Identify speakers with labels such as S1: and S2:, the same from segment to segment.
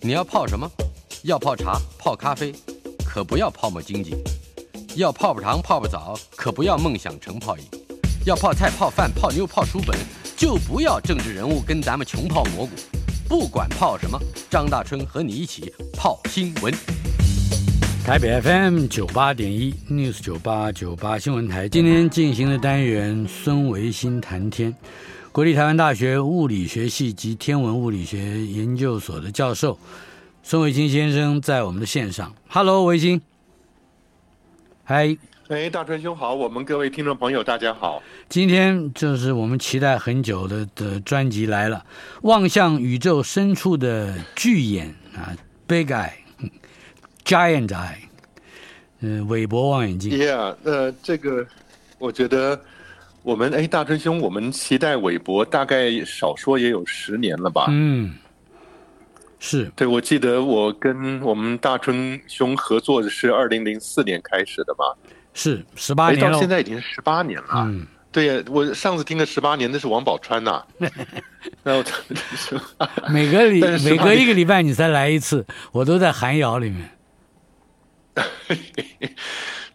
S1: 你要泡什么？要泡茶、泡咖啡，可不要泡沫经济；要泡泡糖、泡泡澡，可不要梦想成泡影；要泡菜、泡饭、泡妞、泡书本，就不要政治人物跟咱们穷泡蘑菇。不管泡什么，张大春和你一起泡新闻。
S2: 台北 FM 九八点一 News 九八九八新闻台，今天进行的单元孙维新谈天，国立台湾大学物理学系及天文物理学研究所的教授孙维新先生在我们的线上。Hello，维新。嗨，
S3: 哎，大春兄好，我们各位听众朋友大家好。
S2: 今天就是我们期待很久的的专辑来了，《望向宇宙深处的巨眼》啊，Big Eye。Giant Eye，嗯、呃，韦伯望远镜。
S3: Yeah，呃，这个我觉得我们哎，大春兄，我们期待韦伯大概少说也有十年了吧？
S2: 嗯，是
S3: 对，我记得我跟我们大春兄合作的是二零零四年开始的嘛，哎
S2: 是十八年
S3: 到现在已经十八年了。嗯，对，我上次听个十八年，那是王宝 钏呐、啊。然后
S2: 每个礼每隔一个礼拜你再来一次，我都在寒窑里面。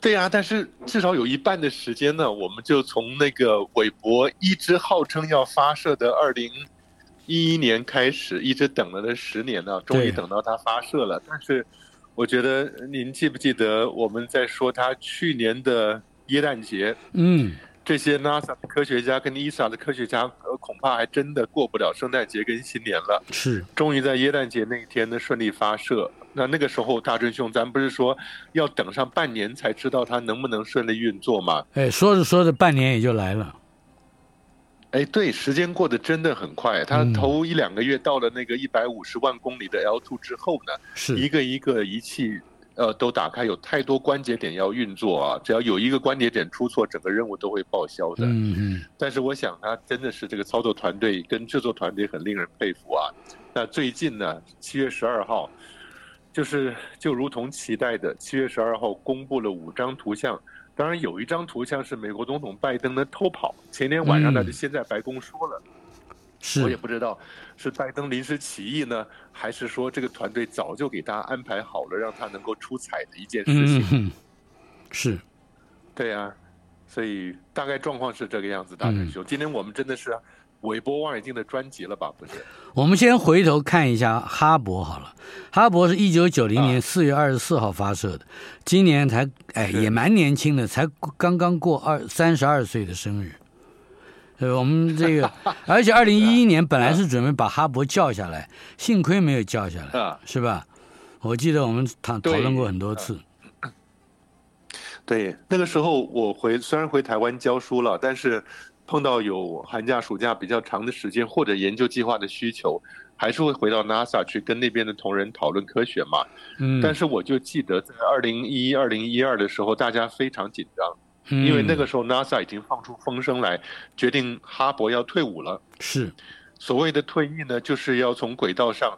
S3: 对呀、啊，但是至少有一半的时间呢，我们就从那个韦伯一直号称要发射的二零一一年开始，一直等了那十年呢、啊，终于等到它发射了。但是我觉得您记不记得我们在说他去年的耶诞节？
S2: 嗯，
S3: 这些 NASA 的科学家跟 ESA 的科学家呃恐怕还真的过不了圣诞节跟新年了。
S2: 是，
S3: 终于在耶诞节那一天呢顺利发射。那那个时候，大真兄，咱不是说要等上半年才知道它能不能顺利运作吗？
S2: 哎，说着说着，半年也就来了。
S3: 哎，对，时间过得真的很快。它头一两个月到了那个一百五十万公里的 L2 之后呢，
S2: 是、
S3: 嗯、一个一个仪器呃都打开，有太多关节点要运作啊，只要有一个关节点出错，整个任务都会报销的。
S2: 嗯嗯。
S3: 但是我想，它真的是这个操作团队跟制作团队很令人佩服啊。那最近呢，七月十二号。就是就如同期待的，七月十二号公布了五张图像，当然有一张图像是美国总统拜登呢偷跑，前天晚上他就先在白宫说了，
S2: 嗯是
S3: 我也不知道是拜登临时起意呢，还是说这个团队早就给他安排好了，让他能够出彩的一件事情，
S2: 嗯、是，
S3: 对啊，所以大概状况是这个样子，大师兄，嗯、今天我们真的是。韦伯望远镜的专辑了吧？不是，
S2: 我们先回头看一下哈勃好了。哈勃是一九九零
S3: 啊
S2: 年四月二十四号发射的，啊、今年才哎也蛮年轻的，才刚刚过二三十二岁的生日。呃，我们这 个，而且二零一一年本来是准备把哈勃叫下来，啊、幸亏没有叫下来，啊、是吧？我记得我们讨讨论过很多次。
S3: 对，那个时候我回虽然回台湾教书了，但是。碰到有寒假、暑假比较长的时间，或者研究计划的需求，还是会回到 NASA 去跟那边的同仁讨论科学嘛。
S2: 嗯，
S3: 但是我就记得在二零一一、二零一二的时候，大家非常紧张，因
S2: 嗯
S3: 为那个时候 NASA 已经放出风声来，决定哈勃要退伍了。
S2: 嗯是，
S3: 所谓的退役呢，就是要从轨道上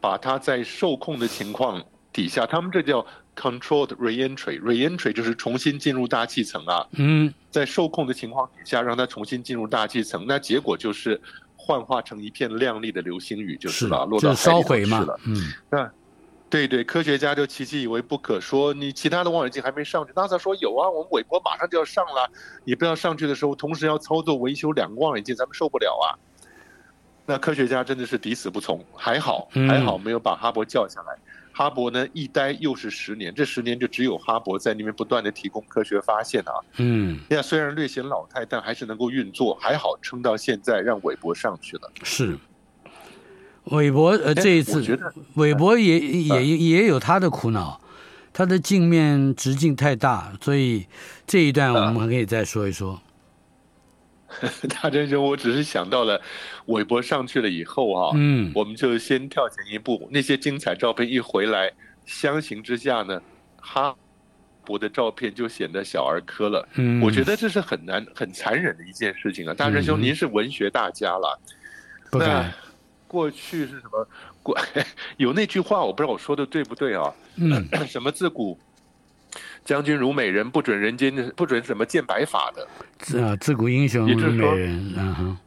S3: 把它在受控的情况底下，他们这叫。Controlled reentry，reentry 就是重新进入大气层啊。
S2: 嗯，
S3: 在受控的情况底下，让它重新进入大气层，那结果就是幻化成一片亮丽的流星雨，就是了，
S2: 是
S3: 落到
S2: 烧毁
S3: 嘛。了。
S2: 嗯，
S3: 那对对，科学家就奇其以为不可说，你其他的望远镜还没上去，NASA 说有啊，我们韦伯马上就要上了，你不要上去的时候，同时要操作维修两个望远镜，咱们受不了啊。那科学家真的是抵死不从，还好
S2: 嗯
S3: 还好没有把哈勃叫下来。嗯哈勃呢，一待又是十年，这十年就只有哈勃在那边不断的提供科学发现啊。
S2: 嗯，
S3: 呀，虽然略显老态，但还是能够运作，还好撑到现在，让韦伯上去了。
S2: 是，韦伯
S3: 哎
S2: 呃，这一次，韦
S3: 呃
S2: 伯也也也有他的苦恼，他的镜面直径太大，所以这一
S3: 呃
S2: 段我们可以再说一说。
S3: 大真兄，我只是想到了韦伯上去了以后啊，
S2: 嗯，
S3: 我们就先跳前一步，那些精彩照片一回来，相形之下呢，哈勃的照片就显得小儿科了。
S2: 嗯，
S3: 我觉得这是很难、很残忍的一件事情啊。大真兄，
S2: 嗯、
S3: 您是文学大家了，那过去是什么？过 有那句话，我不知道我说的对不对啊？
S2: 嗯
S3: 什么自古？将军如美人，不准人间不准什么见白发的。
S2: 呃自啊，自古英雄
S3: 也就是
S2: 美人，嗯哼。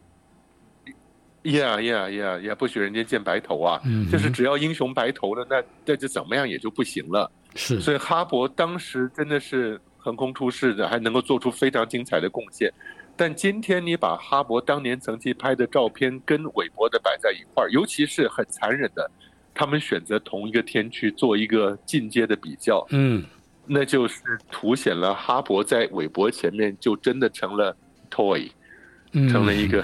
S3: ，yeah yeah yeah yeah，不许人间见白头啊！
S2: 嗯哼
S3: 就是只要英雄白头了，那那就怎么样也就不行了。
S2: 是
S3: 所以哈勃当时真的是横空出世的，还能够做出非常精彩的贡献。但今天你把哈勃当年曾经拍的照片跟韦伯的摆在一块儿，尤其是很残忍的，他们选择同一个天区做一个进阶的比较，
S2: 嗯
S3: 那就是凸显了哈勃在韦伯前面就真的成了 toy，
S2: 嗯，
S3: 成了一 个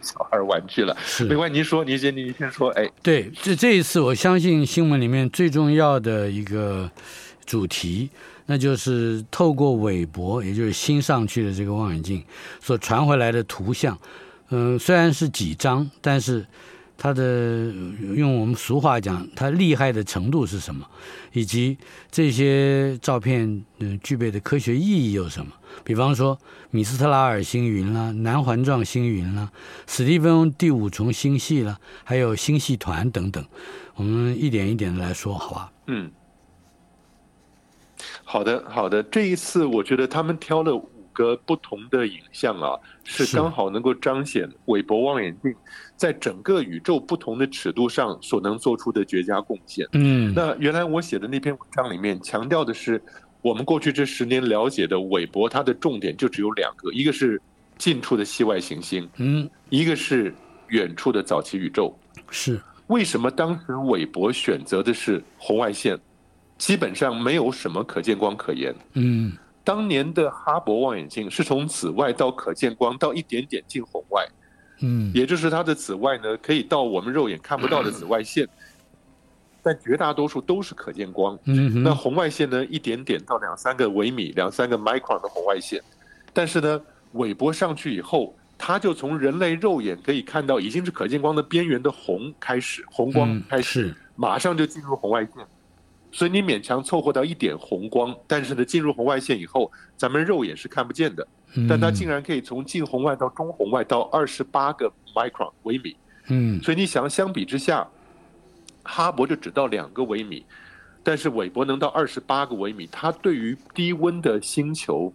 S3: 小孩玩具了。
S2: 是
S3: 没关系，您说，您先，您先说，哎，
S2: 对，这这一次我相信新闻里面最重要的一个主题，那就是透过韦伯，也就是新上去的这个望远镜所传回来的图像。嗯、虽然是几张，但是它的呃用我们俗话讲，它厉害的程度是什么，以及这些照片嗯、呃具备的科学意义有什么？比方说米斯特拉尔星云啦、南环状星云啦、史蒂芬第五重星系啦，还有星系团等等，我们一点一点的来说，好吧？
S3: 嗯，好的，好的。这一次我觉得他们挑了五个不同的影像啊，是
S2: 是
S3: 刚好能够彰显韦伯望远镜在整个宇宙不同的尺度上所能做出的绝佳贡献。
S2: 嗯，
S3: 那原来我写的那篇文章里面强调的是，我们过去这十年了解的韦伯，它的重点就只有两个，一个是近处的系外行星，
S2: 嗯
S3: 一个是远处的早期宇宙。
S2: 是
S3: 为什么当时韦伯选择的是红外线？基本上没有什么可见光可言。
S2: 嗯
S3: 当年的哈勃望远镜是从紫外到可见光到一点点近红外，
S2: 嗯
S3: 也就是它的紫外呢可以到我们肉眼看不到的紫外线，但绝大多数都是可见光。
S2: 嗯哼
S3: 那红外线呢，一点点到两三个微米、两三个 micron 的红外线，但是呢，韦伯上去以后，它就从人类肉眼可以看到已经是可见光的边缘的红开始，红光
S2: 嗯
S3: 开始，
S2: 是
S3: 马上就进入红外线。所以你勉强凑合到一点红光，但是呢，进入红外线以后，咱们肉眼是看不见的，
S2: 嗯
S3: 但它竟然可以从近红外到中红外到二十八个 micron 微米，
S2: 嗯
S3: 所以你想，相比之下，哈勃就只到两个微米，但是韦伯能到二十八个微米。它对于低温的星球，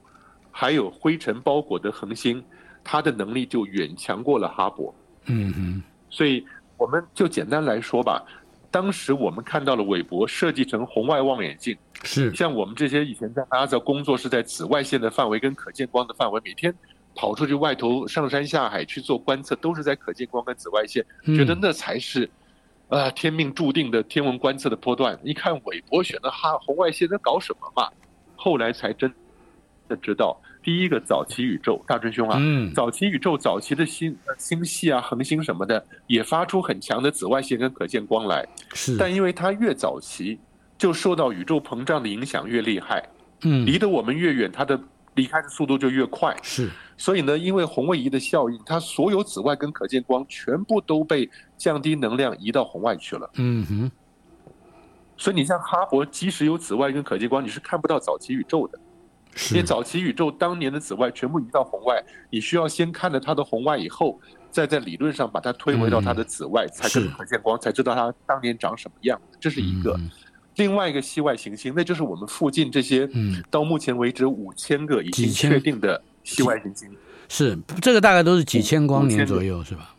S3: 还有灰尘包裹的恒星，它的能力就远强过了哈勃。
S2: 嗯哼
S3: 所以我们就简单来说吧，当时我们看到了韦伯设计成红外望远镜，
S2: 是
S3: 像我们这些以前在 NASA 工作是在紫外线的范围跟可见光的范围，每天跑出去外头上山下海去做观测，都是在可见光跟紫外线。觉得
S2: 嗯
S3: 那才是啊、呃天命注定的天文观测的波段。一看韦伯选的哈红外线，在搞什么嘛？后来才真的知道，第一个早期宇宙，大真兄啊，
S2: 嗯
S3: 早期宇宙早期的星呃星系啊、恒星什么的，也发出很强的紫外线跟可见光来，
S2: 是
S3: 但因为它越早期，就受到宇宙膨胀的影响越厉害，
S2: 嗯
S3: 离得我们越远，它的离开的速度就越快。
S2: 是
S3: 所以呢，因为红位移的效应，它所有紫外跟可见光全部都被降低能量移到红外去了。
S2: 嗯哼
S3: 所以你像哈勃，即使有紫外跟可见光，你是看不到早期宇宙的，因为
S2: 是
S3: 早期宇宙当年的紫外全部移到红外，你需要先看了它的红外以后，再在理论上把它推回到它的紫外，才
S2: 是
S3: 跟可见光才知道它当年长什么样。这是一个。
S2: 嗯
S3: 另外一个系外行星，那就是我们附近这些
S2: 嗯
S3: 到目前为止五千个已经
S2: 几千
S3: 确定的系外行星。
S2: 是这个大概都是几千光
S3: 五
S2: 年
S3: 千
S2: 左右是吧？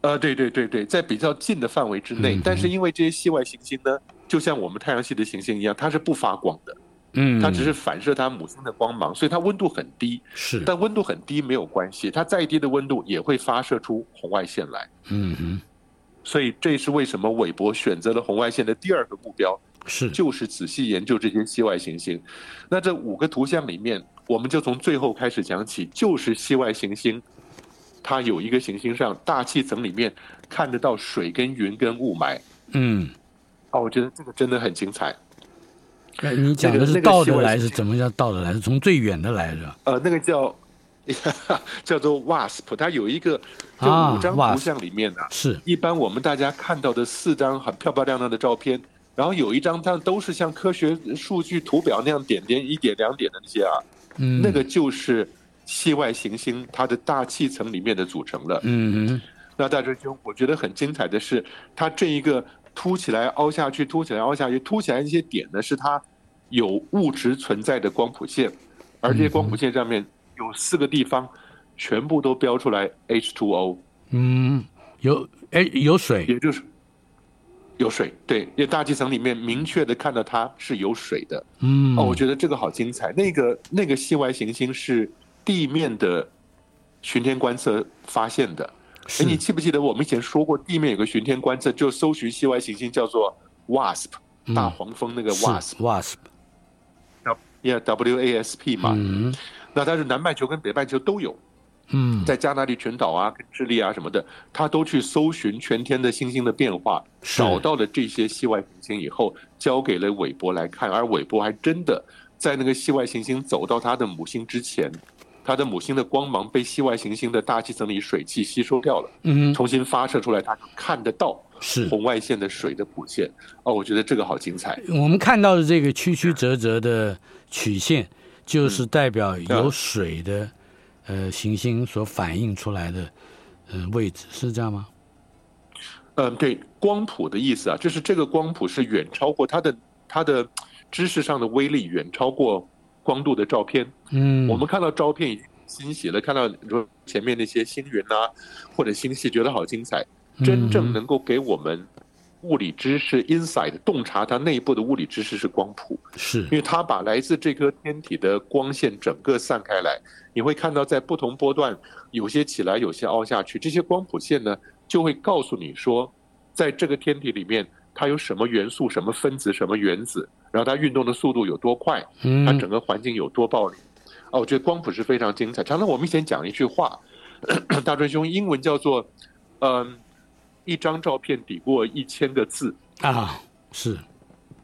S3: 呃，对对对对，在比较近的范围之内，
S2: 嗯
S3: 但是因为这些系外行星呢，就像我们太阳系的行星一样，它是不发光的，
S2: 嗯
S3: 它只是反射它母星的光芒，所以它温度很低。
S2: 是
S3: 但温度很低没有关系，它再低的温度也会发射出红外线来。
S2: 嗯哼
S3: 所以这是为什么韦伯选择了红外线的第二个目标，
S2: 是
S3: 就是仔细研究这些系外行星。那这五个图像里面，我们就从最后开始讲起，就是系外行星，它有一个行星上大气层里面看得到水跟云跟雾霾。
S2: 嗯。
S3: 哦，我觉得这个真的很精彩。
S2: 那你讲的
S3: 那
S2: 是
S3: 个那个
S2: 倒
S3: 系
S2: 着
S3: 外
S2: 来
S3: 行
S2: 是
S3: 星
S2: 怎么叫倒着来？是从最远的来是吧？
S3: 呃，那个叫 叫做 WASP，它有一个这
S2: 啊
S3: 五张
S2: ，WASP
S3: 图像里面啊呢、
S2: 是
S3: 一般我们大家看到的四张很漂漂亮亮的照片，然后有一张它都是像科学数据图表那样点点一点两点的那些啊，
S2: 嗯
S3: 那个就是系外行星它的大气层里面的组成了。
S2: 嗯哼
S3: 那大师兄，我觉得很精彩的是，它这一个凸起来、凹下去、凸起来、凹下去、凸起来一些点呢，是它有物质存在的光谱线，而这些光谱线上面有四个地方全部都标出来 H2O，
S2: 嗯，有哎有水，
S3: 也就是有水，对，因为大气层里面明确的看到它是有水的。
S2: 嗯，
S3: 哦，我觉得这个好精彩。那个那个系外行星是地面的巡天观测发现的。
S2: 是
S3: 哎，你记不记得我们以前说过，地面有个巡天观测，就搜寻系外行星叫做 WASP，、
S2: 嗯
S3: 大黄蜂那个
S2: 是
S3: WASP，
S2: wasp，
S3: yeah W A S P 嘛。
S2: 嗯
S3: 那它是南半球跟北半球都有，
S2: 嗯，
S3: 在加那利群岛啊、跟智利啊什么的，它都去搜寻全天的星星的变化，
S2: 是
S3: 找到了这些系外行星以后，交给了韦伯来看，而韦伯还真的在那个系外行星走到它的母星之前，它的母星的光芒被系外行星的大气层里水汽吸收掉了，
S2: 嗯
S3: 重新发射出来，它就看得到
S2: 是。
S3: 红外线的水的谱线。哦，我觉得这个好精彩。
S2: 我们看到的这个曲曲折折的曲线，就是代表
S3: 嗯
S2: 有水的呃行星所反映出来的呃位置，是这样吗？
S3: 嗯，对，光谱的意思啊，就是这个光谱是远超过它的它的知识上的威力，远超过光度的照片。
S2: 嗯，
S3: 我们看到照片已经欣喜了，看到你说前面那些星云啊，或者星系，觉得好精彩。真正能够给我们物理知识 insight 洞察它内部的物理知识是光谱，
S2: 是
S3: 因为它把来自这颗天体的光线整个散开来，你会看到在不同波段，有些起来，有些凹下去。这些光谱线呢，就会告诉你说，在这个天体里面，它有什么元素、什么分子、什么原子，然后它运动的速度有多快，它
S2: 嗯
S3: 整个环境有多暴力。哦，我觉得光谱是非常精彩。常常我们以前讲一句话， 大春兄，英文叫做“嗯，一张照片抵过一千个字
S2: 啊，是”，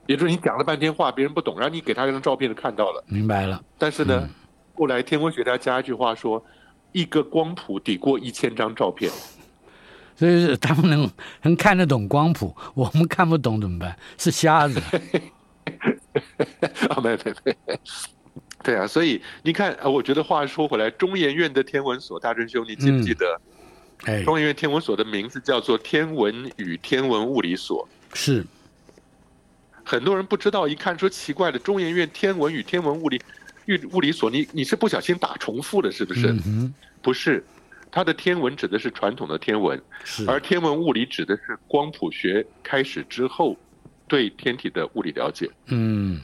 S3: 也就是你讲了半天话，别人不懂，然后你给他一张照片就看到了。
S2: 明白了，
S3: 但是呢，后来天文学家加一句话说。一个光谱抵过一千张照片，
S2: 所以是他们能能看得懂光谱，我们看不懂怎么办？是瞎 子，
S3: 啊，没没没，对啊，所以你看，啊我觉得话说回来，中研院的天文所，大真兄，你记不记得、
S2: 哎，
S3: 中研院天文所的名字叫做天文与天文物理所？
S2: 是
S3: 很多人不知道，一看说奇怪了，中研院天文与天文物理与物理所，你你是不小心打重复了是不是？
S2: 嗯哼，
S3: 不是，它的天文指的是传统的天文，
S2: 是
S3: 而天文物理指的是光谱学开始之后对天体的物理了解。
S2: 嗯，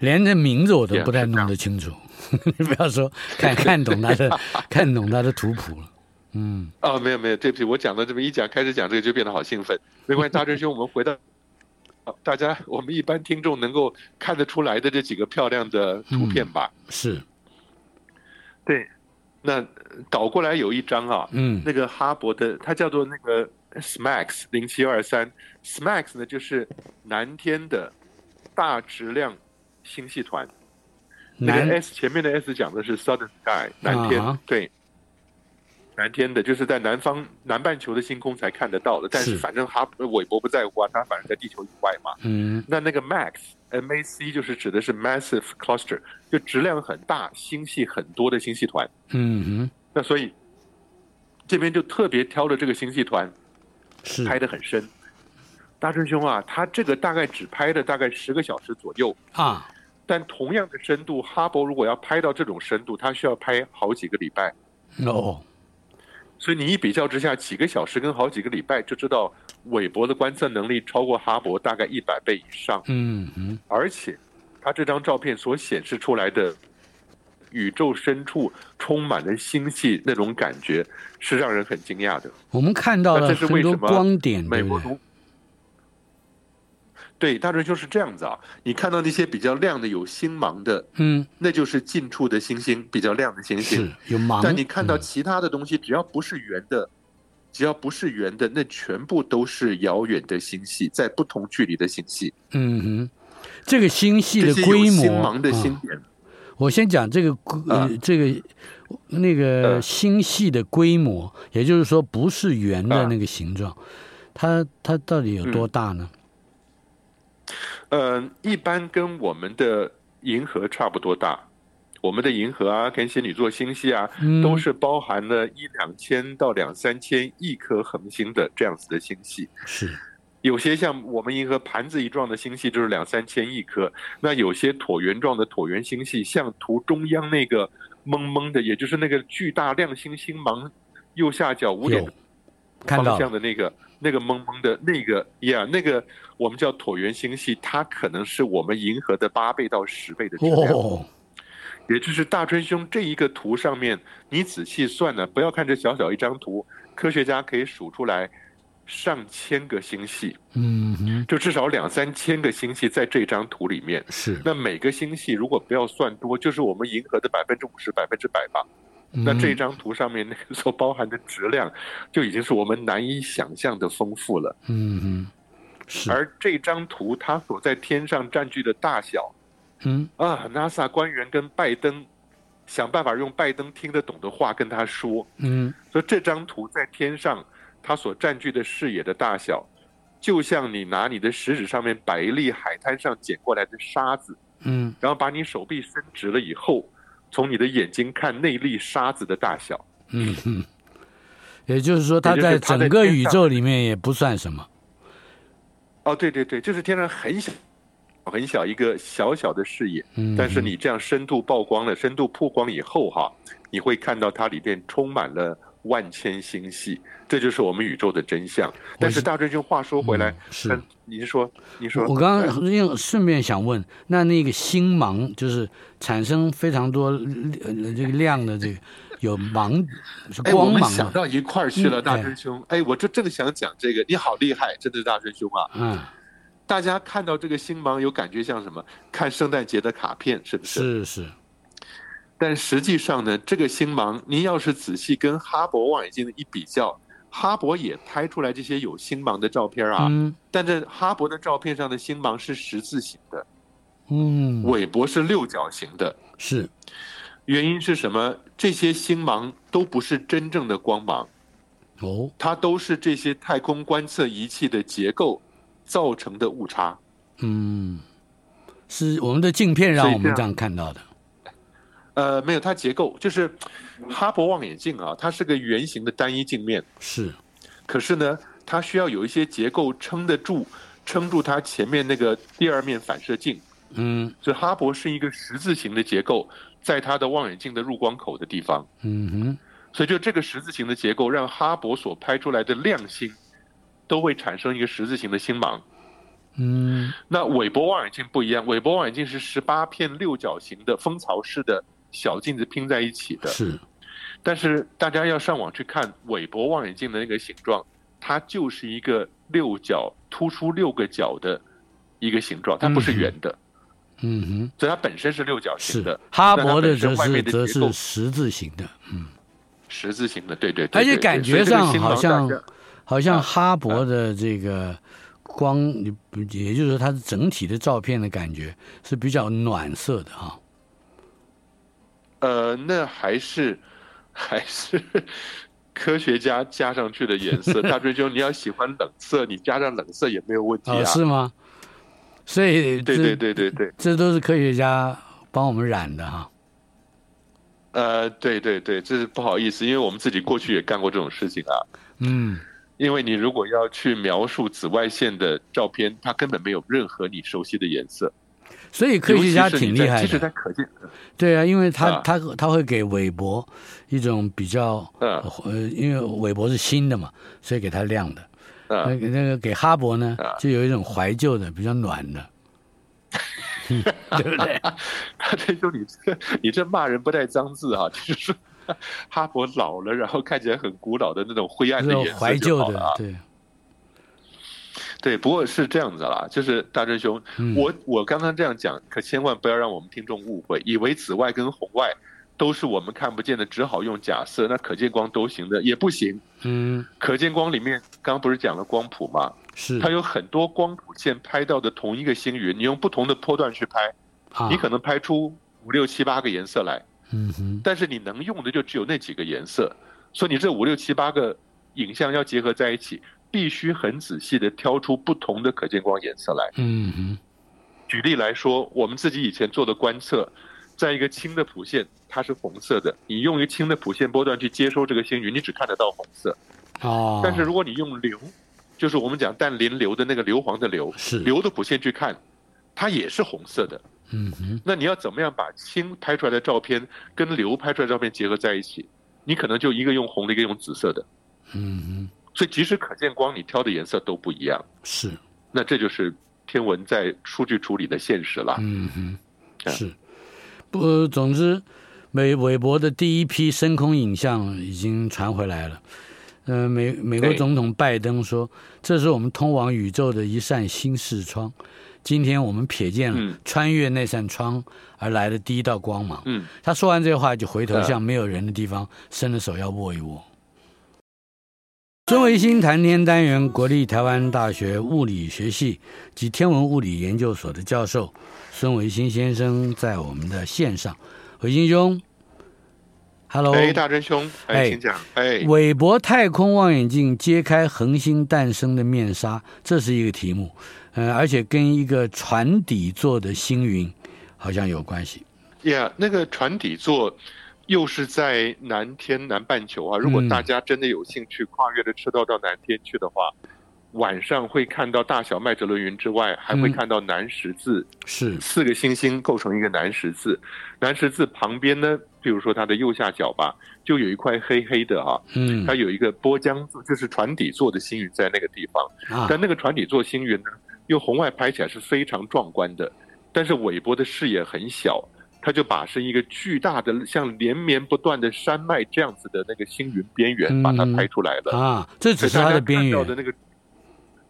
S2: 连这名字我都
S3: Yeah，
S2: 不太
S3: 是这
S2: 弄
S3: 样
S2: 得清楚， 你不要说看看懂他 的看懂他的图谱了，嗯
S3: 啊，没有没有，对不起，我讲到这么一讲，开始讲这个就变得好兴奋。没关系，大真兄，我们回到。好大家，我们一般听众能够看得出来的这几个漂亮的图片吧？
S2: 是
S3: 对，那倒过来有一张啊，
S2: 嗯
S3: 那个哈勃的，它叫做那个 SMAX 零七二三，SMAX 呢就是南天的大质量星系团。那个哎
S2: 南
S3: S 前面的 S 讲的是 Southern Sky 南天，
S2: 啊哈
S3: 对，南天的，就是在南方南半球的星空才看得到的。但
S2: 是
S3: 是反正哈勃韦伯不在乎啊，他反正在地球以外嘛。
S2: 嗯
S3: 那那个 MAX M A C 就是指的是 Massive Cluster，就质量很大、星系很多的星系团。
S2: 嗯
S3: 那所以这边就特别挑了这个星系团，
S2: 哼是
S3: 拍得很深。大春兄啊，他这个大概只拍了大概十个小时左右，
S2: 啊
S3: 但同样的深度，哈勃如果要拍到这种深度，他需要拍好几个礼拜。
S2: 哦
S3: 所以你一比较之下，几个小时跟好几个礼拜，就知道韦伯的观测能力超过哈勃大概一百倍以上，
S2: 嗯哼
S3: 而且他这张照片所显示出来的宇宙深处充满了星系那种感觉，是让人很惊讶的。
S2: 我们看到
S3: 那
S2: 了
S3: 这是
S2: 很
S3: 为
S2: 多
S3: 什么
S2: 光点，
S3: 美
S2: 对
S3: 国
S2: 不对？
S3: 独。对，大致就是这样子啊。你看到那些比较亮的、有星芒的，
S2: 嗯，
S3: 那就是近处的星星，比较亮的星
S2: 是
S3: 星。
S2: 有盲，
S3: 但你看
S2: 嗯
S3: 到其他的东西，只要不是圆的，只要不是圆的，那全部都是遥远的星系，在不同距离的星系。
S2: 嗯哼，这个星系
S3: 这
S2: 的
S3: 些有
S2: 规模，
S3: 星芒的星
S2: 啊
S3: 点，
S2: 我先讲这个规、呃
S3: 啊
S2: 这个那个
S3: 嗯
S2: 星系的规模，也就是说不是圆的
S3: 啊
S2: 那个形状，它它到底有多大呢？
S3: 嗯、一般跟我们的银河差不多大。我们的银河啊，跟仙女座星系啊，
S2: 嗯，
S3: 都是包含了一两千到两三千亿颗恒星的这样子的星系。
S2: 是
S3: 有些像我们银河盘子一状的星系就是两三千亿颗，那有些椭圆状的椭圆星系，像图中央那个蒙蒙的，也就是那个巨大亮星星芒右下角五点
S2: 有看到
S3: 方向的那个那个蒙蒙的那个呀那个我们叫椭圆星系，它可能是我们银河的八倍到十倍的质量。
S2: 哦，
S3: 也就是大春兄这一个图上面，你仔细算呢，不要看这小小一张图，科学家可以数出来上千个星系，
S2: 嗯哼，
S3: 就至少两三千个星系在这张图里面。
S2: 是。
S3: 那每个星系如果不要算多，就是我们银河的百分之五十、百分之百吧。那
S2: 嗯
S3: 这张图上面那 个所包含的质量，就已经是我们难以想象的丰富了。
S2: 嗯哼，是，
S3: 而这张图它所在天上占据的大小
S2: 嗯
S3: 啊，NASA 官员跟拜登想办法用拜登听得懂的话跟他说，
S2: 嗯
S3: 所以这张图在天上它所占据的视野的大小，就像你拿你的食指上面摆一粒海滩上捡过来的沙子，
S2: 嗯
S3: 然后把你手臂伸直了以后，从你的眼睛看那粒沙子的大小。
S2: 嗯哼，也就是说，它
S3: 也就
S2: 在
S3: 是它
S2: 整
S3: 在
S2: 个
S3: 天
S2: 宇
S3: 上
S2: 宙里面也不算什么。
S3: 哦，对对对，就是天上很小很小一个小小的视野。
S2: 嗯，
S3: 但是你这样深度曝光了，深度曝光以后哈、你会看到它里边充满了万千星系，这就是我们宇宙的真相。但是大追兄话说回来，
S2: 是
S3: 但您说，您说，
S2: 我刚刚因为顺便想问，那那个星芒就是产生非常多呃这个亮的这个有芒是
S3: 哎，我
S2: 光
S3: 们
S2: 芒
S3: 想
S2: 的，
S3: 到一块儿去了，
S2: 嗯
S3: 大追兄。哎，我就正想讲这个，你好厉害，真的是大追兄啊！
S2: 嗯，
S3: 大家看到这个星芒有感觉像什么？看圣诞节的卡片是不是？
S2: 是是，
S3: 但实际上呢，这个星芒，您要是仔细跟哈勃望远镜一比较，哈勃也拍出来这些有星芒的照片啊。
S2: 嗯
S3: 但这哈勃的照片上的星芒是十字形的，
S2: 嗯，
S3: 韦伯是六角形的。
S2: 是
S3: 原因是什么？这些星芒都不是真正的光芒，
S2: 哦，
S3: 它都是这些太空观测仪器的结构造成的误差。
S2: 嗯，是我们的镜片让
S3: 所以
S2: 我们
S3: 这样
S2: 这样看到的，
S3: 呃，没有，它结构就是哈勃望远镜啊，它是个圆形的单一镜面。
S2: 是
S3: 可是呢，它需要有一些结构撑得住，撑住它前面那个第二面反射镜。
S2: 嗯
S3: 所以哈勃是一个十字形的结构，在它的望远镜的入光口的地方，
S2: 嗯哼
S3: 所以就这个十字形的结构，让哈勃所拍出来的亮星都会产生一个十字形的星芒。
S2: 嗯
S3: 那韦伯望远镜不一样，韦伯望远镜是十八片六角形的蜂巢式的小镜子拼在一起的，
S2: 是
S3: 但是大家要上网去看韦伯望远镜的那个形状，它就是一个六角突出六个角的一个形状，它不是圆的，
S2: 嗯哼。
S3: 所以它本身是六角形
S2: 是
S3: 的。
S2: 哈
S3: 但它
S2: 勃的
S3: 本身
S2: 则
S3: 外
S2: 是
S3: 面的
S2: 则
S3: 结构
S2: 是十字形的，
S3: 十字形的，对对对
S2: 而且
S3: 对对
S2: 感
S3: 所以
S2: 觉
S3: 这个
S2: 上
S3: 星芒
S2: 好
S3: 大
S2: 像
S3: 家
S2: 好
S3: 啊
S2: 像哈勃的这个光，你不也就是说它整体的照片的感觉是比较暖色的哈。
S3: 呃，那还是还是 科学家加上去的颜色。大追兄，你要喜欢冷色，你加上冷色也没有问题
S2: 哦，
S3: 啊。
S2: 是吗？所以
S3: 对
S2: 这
S3: 对对对对，
S2: 这都是科学家帮我们染的哈。
S3: 呃，对对对，这是不好意思，因为我们自己过去也干过这种事情啊。
S2: 嗯，
S3: 因为你如果要去描述紫外线的照片，它根本没有任何你熟悉的颜色。
S2: 所以科学家挺厉害
S3: 尤其是你在即使在
S2: 的。
S3: 可见，
S2: 对啊，因为他
S3: 啊
S2: 他他会给韦伯一种比较
S3: 嗯
S2: 呃，因为韦伯是新的嘛，所以给他亮的。那
S3: 呃，
S2: 个那个给哈勃呢
S3: 啊，
S2: 就有一种怀旧的、比较暖 的， 对不对？
S3: 这就你这你这骂人不带脏字啊，就是说哈勃老了，然后看起来很古老的那种灰暗
S2: 这
S3: 的
S2: 种
S3: 颜色
S2: 怀
S3: 就
S2: 旧
S3: 好了
S2: 的
S3: 啊，。
S2: 对，
S3: 对，不过是这样子啦，就是大真兄，
S2: 嗯
S3: 我我刚刚这样讲，可千万不要让我们听众误会，以为紫外跟红外都是我们看不见的，只好用假设，那可见光都行的也不行。
S2: 嗯，
S3: 可见光里面，刚刚不是讲了光谱吗？
S2: 是
S3: 它有很多光谱线拍到的同一个星云，你用不同的波段去拍，
S2: 啊
S3: 你，可能拍出五六七八个颜色来，
S2: 嗯哼，
S3: 但是你能用的就只有那几个颜色，所以你这五六七八个影像要结合在一起，必须很仔细的挑出不同的可见光颜色来。
S2: 嗯哼，
S3: 举例来说，我们自己以前做的观测，在一个氢的谱线，它是红色的，你用一个氢的谱线波段去接收这个星云，你只看得到红色，
S2: 哦，
S3: 但是如果你用硫，就是我们讲氮磷硫的那个硫磺的硫，
S2: 是，
S3: 硫的谱线去看，它也是红色的。
S2: 嗯哼，
S3: 那你要怎么样把氢拍出来的照片跟硫拍出来的照片结合在一起？你可能就一个用红的，一个用紫色的，
S2: 嗯哼，
S3: 所以即使可见光，你挑的颜色都不一样。
S2: 是，
S3: 那这就是天文在数据处理的现实了。
S2: 嗯哼，
S3: 嗯
S2: 是。不，呃总之，美韦伯的第一批深空影像已经传回来了。呃，美美国
S3: 对
S2: 总统拜登说，这是我们通往宇宙的一扇新视窗。今天我们瞥见了
S3: 嗯
S2: 穿越那扇窗而来的第一道光芒。
S3: 嗯，
S2: 他说完这话，就回头
S3: 嗯
S2: 向没有人的地方伸了手要握一握。孙维新谈天单元，国立台湾大学物理学系及天文物理研究所的教授孙维新先生在我们的线上。维新兄，Hello，
S3: 哎，大真兄，哎，
S2: 哎
S3: 请讲，哎，
S2: 韦伯太空望远镜揭开恒星诞生的面纱，这是一个题目，呃，而且跟一个船底座的星云好像有关系。
S3: 呀，那个船底座又是在南天南半球啊。如果
S2: 嗯
S3: 大家真的有兴趣跨越着赤道到南天去的话，晚上会看到大小麦哲伦云之外，还会
S2: 嗯
S3: 看到南十字，
S2: 是，
S3: 四个星星构成一个南十字。南十字旁边呢，比如说它的右下角吧，就有一块黑黑的啊，
S2: 嗯
S3: 它有一个波江座，就是船底座的星云在那个地方。
S2: 啊，
S3: 但那个船底座星云呢，用红外拍起来是非常壮观的，但是韦伯的视野很小，他就把是一个巨大的像连绵不断的山脉这样子的那个星云边
S2: 嗯
S3: 缘把它拍出来了，
S2: 啊，这
S3: 所
S2: 只
S3: 以
S2: 是它
S3: 大家
S2: 的边
S3: 看到
S2: 缘
S3: 的那个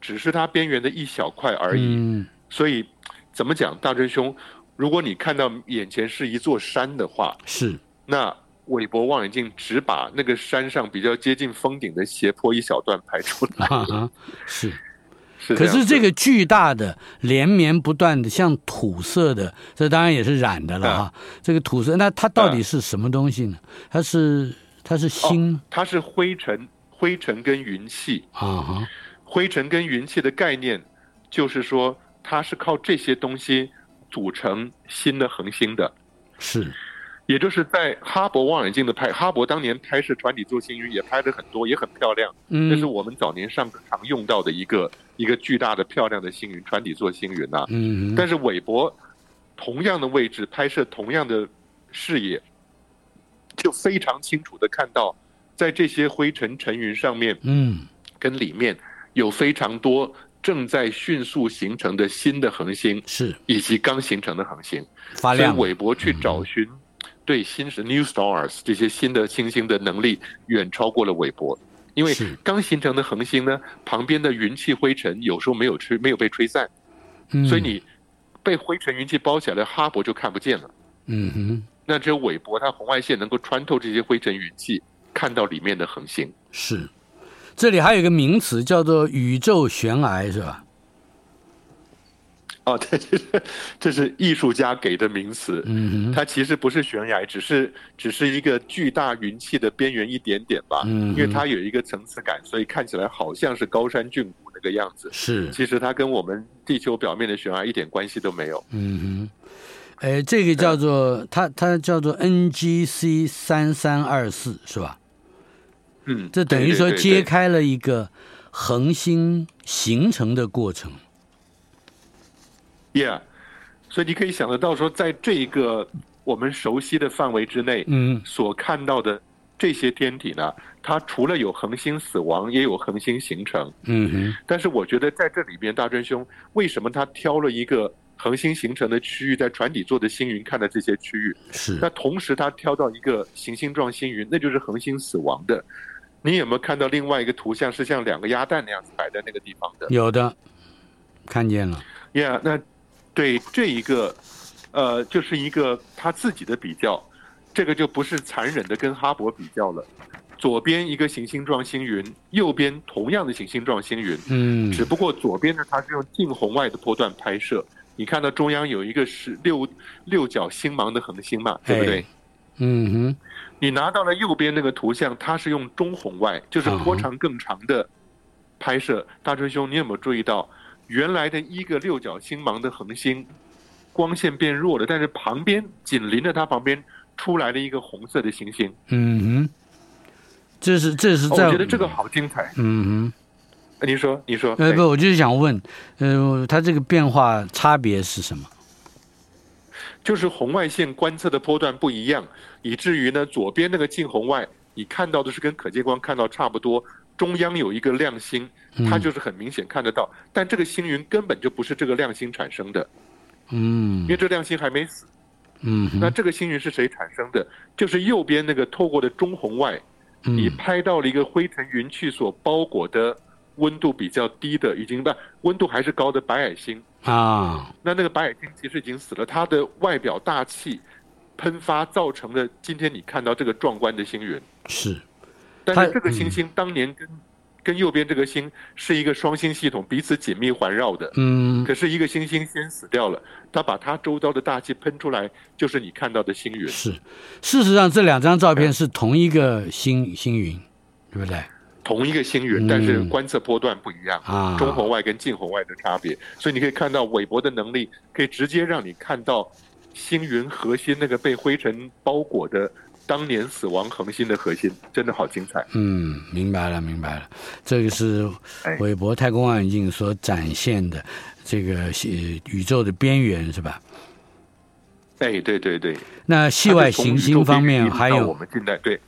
S3: 只是它边缘的一小块而已。
S2: 嗯
S3: 所以怎么讲，大真兄，如果你看到眼前是一座山的话，
S2: 是
S3: 那韦伯望远镜只把那个山上比较接近峰顶的斜坡一小段拍出来。
S2: 啊哈，是。
S3: 是
S2: 可
S3: 样
S2: 是
S3: 子
S2: 这个巨大的连绵不断的像土色的，这当然也是染的
S3: 啊
S2: 了哈。这个土色，那它到底是什么东西呢？它是它
S3: 哦
S2: 是星
S3: 它是灰尘、灰尘跟云气，
S2: 啊哈，
S3: 灰尘跟云气的概念，就是说它是靠这些东西组成新的恒星的。
S2: 是
S3: 也就是在哈勃望远镜的拍，哈勃当年拍摄船底座星云也拍了很多，也很漂亮。这是
S2: 嗯
S3: 我们早年上课常用到的一个一个巨大的漂亮的星云，船底座星云呐、
S2: 嗯哼
S3: 但是韦伯同样的位置拍摄同样的视野，就非常清楚的看到，在这些灰尘尘云上面，
S2: 嗯
S3: 跟里面有非常多正在迅速形成的新的恒星，
S2: 是
S3: 以及刚形成的恒星。
S2: 发
S3: 所以
S2: 亮
S3: 韦伯去找寻对新是 new stars 这些新的星星的能力，远超过了韦伯。因为
S2: 是
S3: 刚形成的恒星呢，旁边的云气灰尘有时候没有吹，没有被吹散，
S2: 嗯
S3: 所以你被灰尘云气包起来的哈勃就看不见了。
S2: 嗯哼
S3: 那只有韦伯，它红外线能够穿透这些灰尘云气，看到里面的恒星。
S2: 是。这里还有一个名词叫做宇宙悬崖，是吧？
S3: 哦，这是这是艺术家给的名词，
S2: 嗯哼，
S3: 它其实不是悬崖，只是只是一个巨大云气的边缘一点点吧。
S2: 嗯
S3: 因为它有一个层次感，所以看起来好像是高山峻谷那个样子。
S2: 是
S3: 其实它跟我们地球表面的悬崖一点关系都没有。
S2: 嗯哼，哎，这个叫做它，它叫做 NGC 三三二四是吧？
S3: 嗯，
S2: 这等于
S3: 对
S2: 说
S3: 对对
S2: 揭
S3: 对
S2: 开了一个恒星形成的过程。
S3: ，Yeah，所以你可以想得到说，在这一个我们熟悉的范围之内，
S2: 嗯
S3: 所看到的这些天体呢，它除了有恒星死亡，也有恒星形成。
S2: 嗯
S3: 但是我觉得在这里边，大真兄为什么他挑了一个恒星形成的区域，在船底座的星云看的这些区域？
S2: 哼，是
S3: 那同时他挑到一个行星状星云，那就是恒星死亡的。你有没有看到另外一个图像是像两个鸭蛋那样子摆在那个地方的？
S2: 有的，看见了。
S3: 呀、yeah,，那对这一个，呃，就是一个他自己的比较，这个就不是残忍的跟哈勃比较了。左边一个行星状星云，右边同样的行星状星云，
S2: 嗯
S3: 只不过左边呢，它是用近红外的波段拍摄。你看到中央有一个是六六角星芒的恒星嘛，
S2: 哎
S3: 对不对？
S2: 嗯
S3: 你拿到了右边那个图像，它是用中红外，就是波长更长的拍摄。大春兄，你有没有注意到，原来的一个六角星芒的恒星，光线变弱了，但是旁边紧邻着它旁边出来了一个红色的行星。
S2: 哼，嗯哼，这是这是
S3: 哦
S2: 在、
S3: 我觉得这个好精彩。
S2: 嗯
S3: 呃您说，您说，
S2: 哼，呃
S3: 哎
S2: 不，我就是想问，呃，它这个变化差别是什么？
S3: 就是红外线观测的波段不一样，以至于呢，左边那个近红外你看到的是跟可见光看到差不多，中央有一个亮星，它
S2: 嗯
S3: 就是很明显看得到，但这个星云根本就不是这个亮星产生的，
S2: 嗯
S3: 因为这亮星还没死。
S2: 嗯
S3: 那
S2: 哼
S3: 这个星云是谁产生的？就是右边那个透过的中红外，你
S2: 嗯
S3: 拍到了一个灰尘云去所包裹的温度比较低的，已经不温度还是高的白矮星。
S2: 啊
S3: 那那个白矮星其实已经死了，它的外表大气喷发造成了今天你看到这个壮观的星云。
S2: 是
S3: 但
S2: 它
S3: 是这个星星当年跟、跟右边这个星是一个双星系统，彼此紧密环绕的。
S2: 嗯
S3: 可是一个星星先死掉了，它把它周遭的大气喷出来，就是你看到的星云。
S2: 是，事实上这两张照片是同一个星星云，对不对？
S3: 同一个星云，
S2: 嗯
S3: 但是观测波段不一样
S2: 啊
S3: 中红外跟近红外的差别，所以你可以看到韦伯的能力可以直接让你看到星云核心那个被灰尘包裹的当年死亡恒星的核心，真的好精彩。
S2: 嗯，明白了，明白了，这个是
S3: 哎
S2: 韦伯太空望远镜所展现的这个呃宇宙的边缘，是吧？
S3: 哎，对对对，
S2: 那系外行星方面
S3: 它是从宇宙边缘一直
S2: 还
S3: 到我
S2: 有
S3: 们近代对，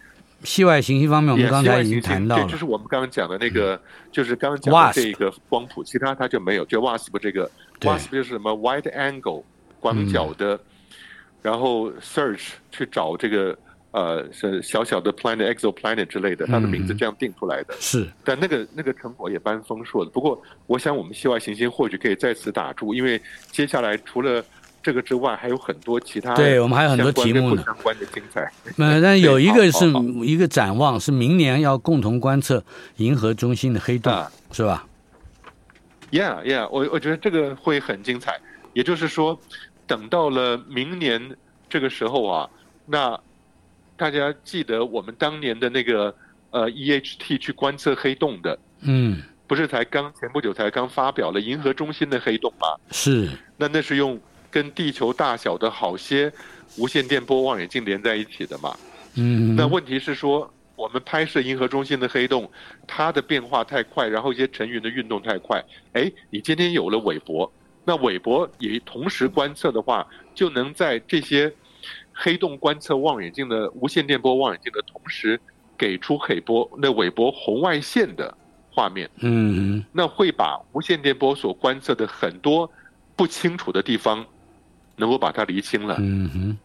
S2: 系外行星方面，我
S3: 也
S2: 们刚才已经
S3: 系
S2: 谈
S3: 外行星
S2: 到
S3: 对就
S2: 了嗯
S3: 是我们刚刚讲的那个，就是刚刚讲的
S2: WASP
S3: 这个光谱，其他它就没有，就 WASP 这个
S2: 对嗯
S3: WASP 就是什么 wide angle 广角的，然后 search 去找这个呃是小小的 planet exoplanet 之类的，它的名
S2: 嗯
S3: 字这样定出来的。
S2: 是
S3: 但那个那个成果也蛮丰硕的。不过，我想我们系外行星或许可以在此打住，因为接下来除了这个之外，还有很多其他
S2: 对我们还有很多
S3: 相关
S2: 题
S3: 跟
S2: 目
S3: 不
S2: 呢
S3: 相关的精彩。
S2: 呃，但有一个是
S3: 好好
S2: 一个展望，是明年要共同观测银河中心的黑洞，
S3: 啊
S2: 是吧？
S3: Yeah, yeah，我我觉得这个会很精彩。也就是说，等到了明年这个时候啊，那大家记得我们当年的那个呃 EHT 去观测黑洞的，
S2: 嗯，
S3: 不是才刚前不久才刚发表了银河中心的黑洞吗？
S2: 是，
S3: 那那是用跟地球大小的好些无线电波望远镜连在一起的嘛。
S2: 嗯，
S3: 那问题是说，我们拍摄银河中心的黑洞，它的变化太快，然后一些尘云的运动太快。哎，你今天有了韦伯，那韦伯也同时观测的话，就能在这些黑洞观测望远镜的无线电波望远镜的同时，给出黑波那韦伯红外线的画面。
S2: 嗯
S3: 那会把无线电波所观测的很多不清楚的地方，能够把它厘清了。
S2: 嗯哼，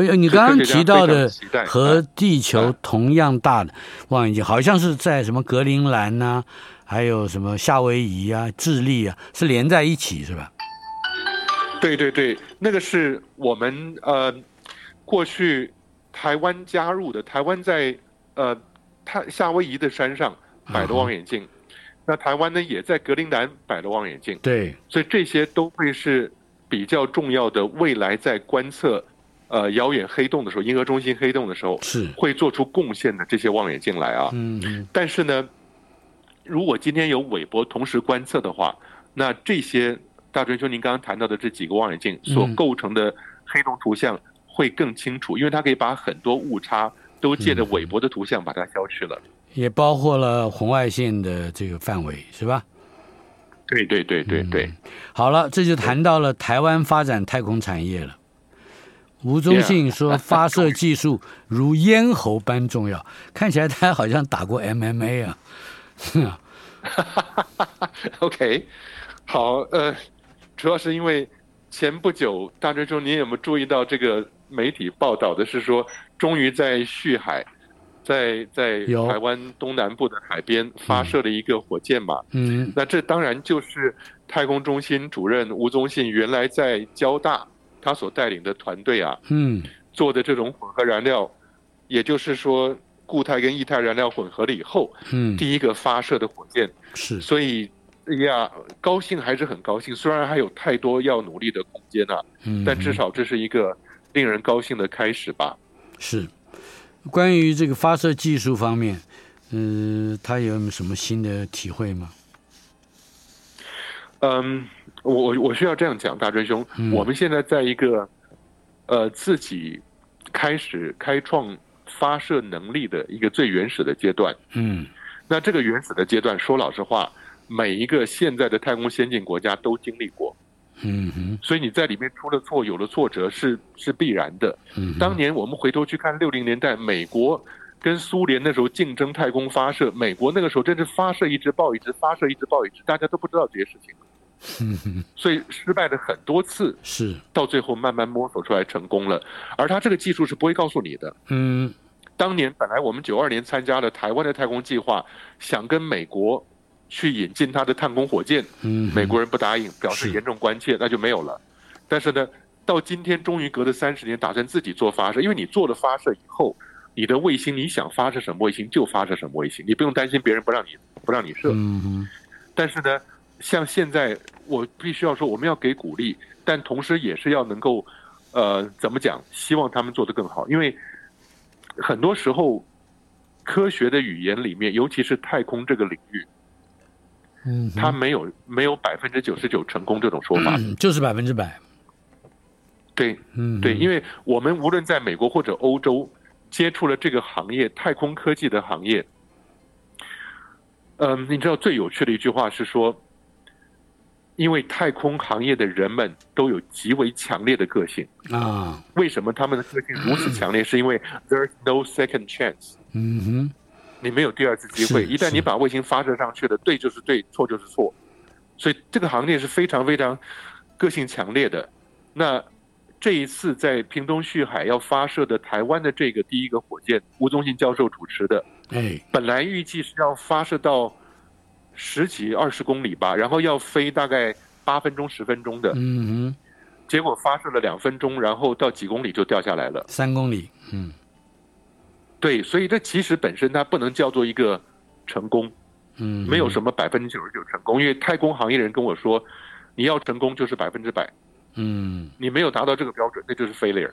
S2: 哎呦，你刚刚提到的
S3: 所以科学家非常期待嗯
S2: 和地球同样大的望远镜，好像是在什么格陵兰呐、还有什么夏威夷啊、智利啊，是连在一起是吧？
S3: 对对对，那个是我们呃过去台湾加入的，台湾在呃它夏威夷的山上摆了望远镜，那台湾呢也在格陵兰摆了望远镜，
S2: 对，
S3: 所以这些都会是比较重要的，未来在观测呃遥远黑洞的时候，银河中心黑洞的时候，
S2: 是，
S3: 会做出贡献的这些望远镜来啊。
S2: 嗯哼，
S3: 但是呢，如果今天有韦伯同时观测的话，那这些大追兄您刚刚谈到的这几个望远镜所
S2: 嗯
S3: 构成的黑洞图像会更清楚，因为它可以把很多误差都借着韦伯的图像把它消去了。
S2: 也包括了红外线的这个范围是吧？
S3: 对对对对对，
S2: 好了，这就谈到了台湾发展太空产业了。吴宗信说，发射技术如咽喉般重要。看起来他好像打过 MMA 啊。
S3: OK，好，呃，主要是因为前不久，大追兄，您有没有注意到这个媒体报道的是说，终于在旭海，在在
S2: 有
S3: 台湾东南部的海边发射了一个火箭嘛？
S2: 嗯
S3: 那这当然就是太空中心主任吴宗信原来在交大他所带领的团队啊
S2: 嗯
S3: 做的这种混合燃料，也就是说固态跟液态燃料混合了以后，
S2: 嗯，
S3: 第一个发射的火箭。
S2: 是
S3: 所以哎呀，高兴还是很高兴。虽然还有太多要努力的空间啊，
S2: 嗯，
S3: 但至少这是一个令人高兴的开始吧。
S2: 是关于这个发射技术方面，嗯、他有什么新的体会吗？
S3: 嗯，我我我需要这样讲，大真兄，
S2: 嗯
S3: 我们现在在一个呃自己开始开创发射能力的一个最原始的阶段。
S2: 嗯
S3: 那这个原始的阶段，说老实话，每一个现在的太空先进国家都经历过，
S2: 嗯哼
S3: 所以你在里面出了错，有了挫折是是必然的。
S2: 嗯哼，
S3: 当年我们回头去看六零年代美国跟苏联那时候竞争太空发射，美国那个时候真是发射一只爆一只，发射一只爆一只，大家都不知道这些事情， 所以失败了很多次，
S2: 是，
S3: 到最后慢慢摸索出来成功了。而他这个技术是不会告诉你的。
S2: 嗯
S3: 当年本来我们九二年参加了台湾的太空计划，想跟美国去引进他的探空火箭，
S2: 嗯，
S3: 美国人不答应，表示
S2: 是
S3: 严重关切，那就没有了。但是呢，到今天终于隔了三十年，打算自己做发射，因为你做了发射以后，你的卫星你想发射什么卫星就发射什么卫星，你不用担心别人不让你不让你射。
S2: 嗯哼
S3: 但是呢，像现在我必须要说，我们要给鼓励，但同时也是要能够，呃，怎么讲？希望他们做得更好，因为很多时候科学的语言里面，尤其是太空这个领域，
S2: 嗯哼，
S3: 它没有没有百分之九十九成功这种说法。
S2: 嗯就是百分之百，
S3: 对
S2: 嗯，
S3: 对，因
S2: 为
S3: 为我们无论在美国或者欧洲接触了这个行业，太空科技的行业，嗯，你知道最有趣的一句话是说，因为太空行业的人们都有极为强烈的个性。
S2: 啊，
S3: 为什么他们的个性如此强烈？是因为 there's no second chance，
S2: 嗯哼，
S3: 你没有第二次机会。
S2: 是
S3: 一旦
S2: 是
S3: 你把卫星发射上去了，对就是对，错就是错。所以这个行业是非常非常个性强烈的。那这一次在屏东旭海要发射的台湾的这个第一个火箭，吴宗信教授主持的，
S2: 哎，
S3: 本来预计是要发射到十几二十公里吧，然后要飞大概八分钟十分钟的，
S2: 嗯哼，
S3: 结果发射了两分钟，然后到几公里就掉下来了。
S2: 三公里，嗯
S3: 对，所以这其实本身它不能叫做一个成功，
S2: 嗯，
S3: 没有什么百分之九十九成功，因为太空行业人跟我说，你要成功就是百分之百，
S2: 嗯，
S3: 你没有达到这个标准，那就是 failure。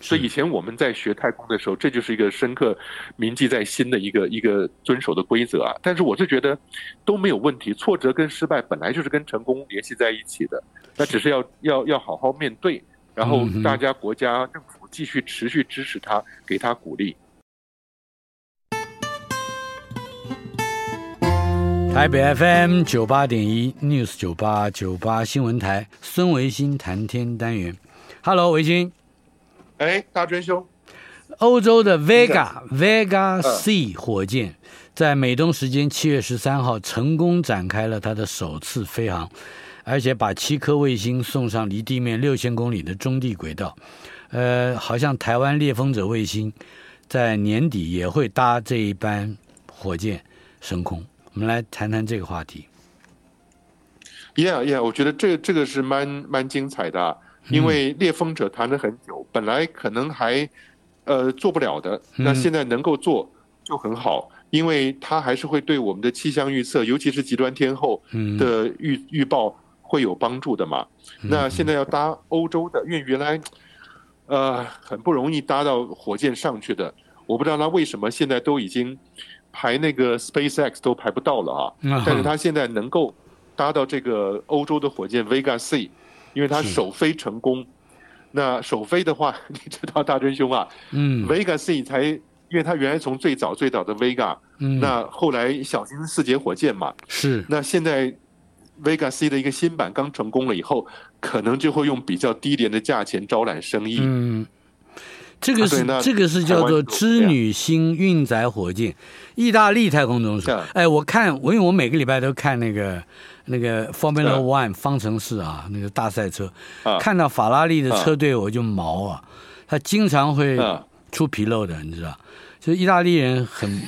S3: 所以以前我们在学太空的时候，这就是一个深刻铭记在心的一个一个遵守的规则啊。但是我是觉得都没有问题，挫折跟失败本来就是跟成功联系在一起的，那只是要要要好好面对，然后
S2: 嗯哼
S3: 大家国家政府继续持续支持他，给他鼓励。
S2: 台北 FM 九八点一 News 九八九八新闻台，孙维新谈天单元。Hello，维新，
S3: 哎，大真兄，
S2: 欧洲的 Vega Vega C 火箭在美东时间七月十三号成功展开了它的首次飞航，而且把七颗卫星送上离地面六千公里的中地轨道。呃，好像台湾猎风者卫星在年底也会搭这一班火箭升空。我们来谈谈这个话题。
S3: Yeah, yeah，我觉得这这个是蛮蛮精彩的啊、因为猎风者谈了很久，本来可能还呃做不了的，那现在能够做就很好，因为它还是会对我们的气象预测，尤其是极端天候
S2: 嗯
S3: 的预预报会有帮助的嘛。那现在要搭欧洲的，因为原来呃很不容易搭到火箭上去的，我不知道它为什么现在都已经排那个 SpaceX 都排不到了啊。
S2: 嗯
S3: 但是它现在能够搭到这个欧洲的火箭 Vega C，因为它首飞成功。那首飞的话， 你知道大真兄啊、
S2: 嗯
S3: v e g a C 才，因为它原来从最早最早的 Vega，、
S2: 嗯，
S3: 那后来小型四节火箭嘛，
S2: 是
S3: 那现在 Vega C 的一个新版刚成功了以后，可能就会用比较低廉的价钱招揽生意。
S2: 嗯，这个
S3: 啊
S2: 是
S3: 对那
S2: 这个是叫做织女星运载火箭，意大利太空总署
S3: 是啊。
S2: 哎，我看我因为我每个礼拜都看那个那个 Formula One 方程式啊，那个大赛车，
S3: 啊
S2: 看到法拉利的车队我就毛啊，他经常会
S3: 啊
S2: 出纰漏的，你知道，就是意大利人很。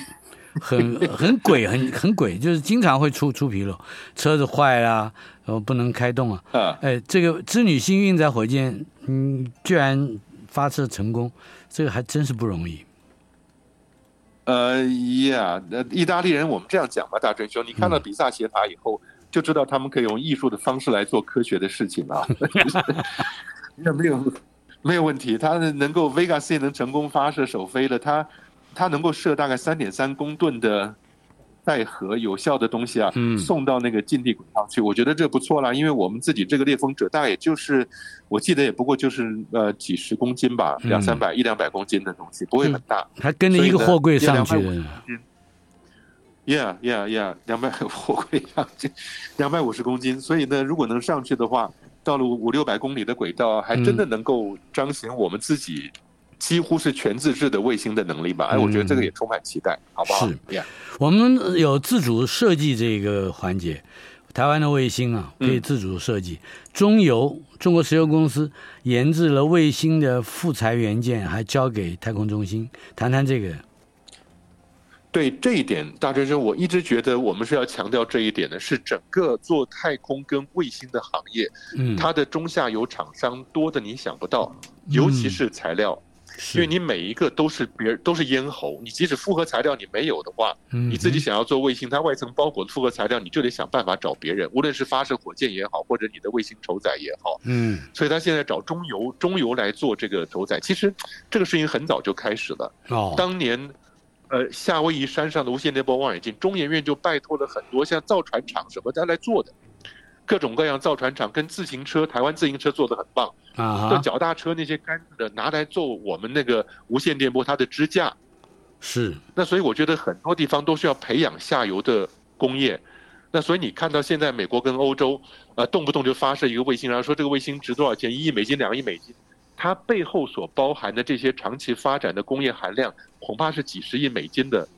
S2: 很很鬼，很很鬼，就是经常会出出纰漏，车子坏啦、然后不能开动啊。
S3: 啊，
S2: 哎，这个织女星运载火箭，嗯，居然发射成功，这个还真是不容易。
S3: 呃呀，那意大利人我们这样讲吧，大真兄，你
S2: 嗯
S3: 看到比萨斜塔以后，就知道他们可以用艺术的方式来做科学的事 情了。那没有没有问题，它能够 Vega C 能成功发射首飞了，它它能够射大概三点三公吨的载荷有效的东西啊，
S2: 嗯
S3: 送到那个近地轨道去，我觉得这不错啦。因为我们自己这个猎风者大概也就是，我记得也不过就是呃几十公斤吧，
S2: 嗯
S3: 两三百一两百公斤的东西，不会很大。
S2: 还跟着一个货柜上去
S3: 所以
S2: 的，
S3: Yeah, yeah, yeah，两百我会上去，两百五十公斤。所以呢，如果能
S2: 嗯
S3: 上去的话，到了五五六百公里的轨道，还真的能够彰显我们自己几乎是全自制的卫星的能力吧。哎，我觉得这个也充满期待，好不好？
S2: 嗯是
S3: 呀，
S2: 我们有自主设计这个环节，台湾的卫星啊
S3: 嗯
S2: 可以自主设计。中油中国石油公司研制了卫星的复材元件，还交给太空中心。谈谈这个，
S3: 对这一点，大学生我一直觉得我们是要强调这一点的，是整个做太空跟卫星的行业，
S2: 嗯，
S3: 它的中下游厂商多的你想不到，尤其是材料，因
S2: 嗯是
S3: 为你每一个都是别人都是咽喉，你即使复合材料你没有的话，
S2: 你
S3: 你自己想要做卫星，它外层包裹的复合材料，你就得想办法找别人，无论是发射火箭也好，或者你的卫星筹载也好。
S2: 嗯
S3: 所以他现在找中油，中油来做这个筹载。其实这个事情很早就开始了，
S2: 哦，
S3: 当年。呃，夏威夷山上的无线电波望远镜，中研院就拜托了很多像造船厂什么的来做的，各种各样造船厂跟自行车，台湾自行车做的很棒，
S2: 啊
S3: 就
S2: 哈
S3: 脚踏车那些杆子的拿来做我们那个无线电波它的支架，
S2: 是
S3: 那所以我觉得很多地方都需要培养下游的工业。那所以你看到现在美国跟欧洲，呃，动不动就发射一个卫星，然后说这个卫星值多少钱，一亿美金、两亿美金，它背后所包含的这些长期发展的工业含量，恐怕是几十亿美金的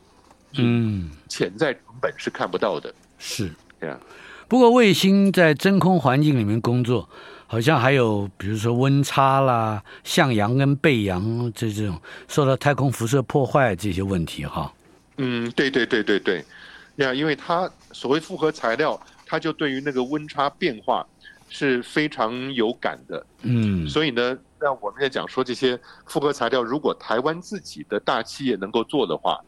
S2: 嗯
S3: 潜在成本是看不到的。
S2: 是
S3: 对啊。
S2: 不过卫星在真空环境里面工作，好像还有比如说温差啦、向阳跟背阳这这种受到太空辐射破坏这些问题哈。
S3: 嗯，对对对对对，呀，因为它所谓复合材料，它就对于那个温差变化是非常有感的。
S2: 嗯
S3: 所以呢，那我们也讲说这些复合材料，如果台湾自己的大企业能够做的话，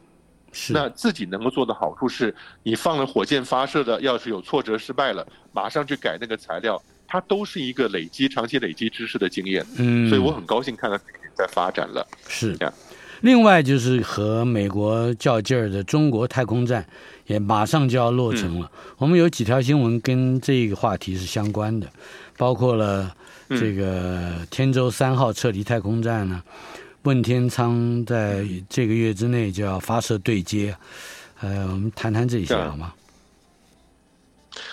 S2: 是
S3: 那自己能够做的好处是，你放了火箭发射的，要是有挫折失败了，马上去改那个材料，它都是一个累积长期累积知识的经验。
S2: 嗯，
S3: 所以我很高兴看到这一点在发展了。
S2: 是
S3: 这样。
S2: 另外就是和美国较劲儿的中国太空站也马上就要落成了。我们有几条新闻跟这个话题是相关的，包括了这个天舟三号撤离太空站呢，问天舱在这个月之内就要发射对接。呃，我们谈谈这些
S3: 对
S2: 好吗？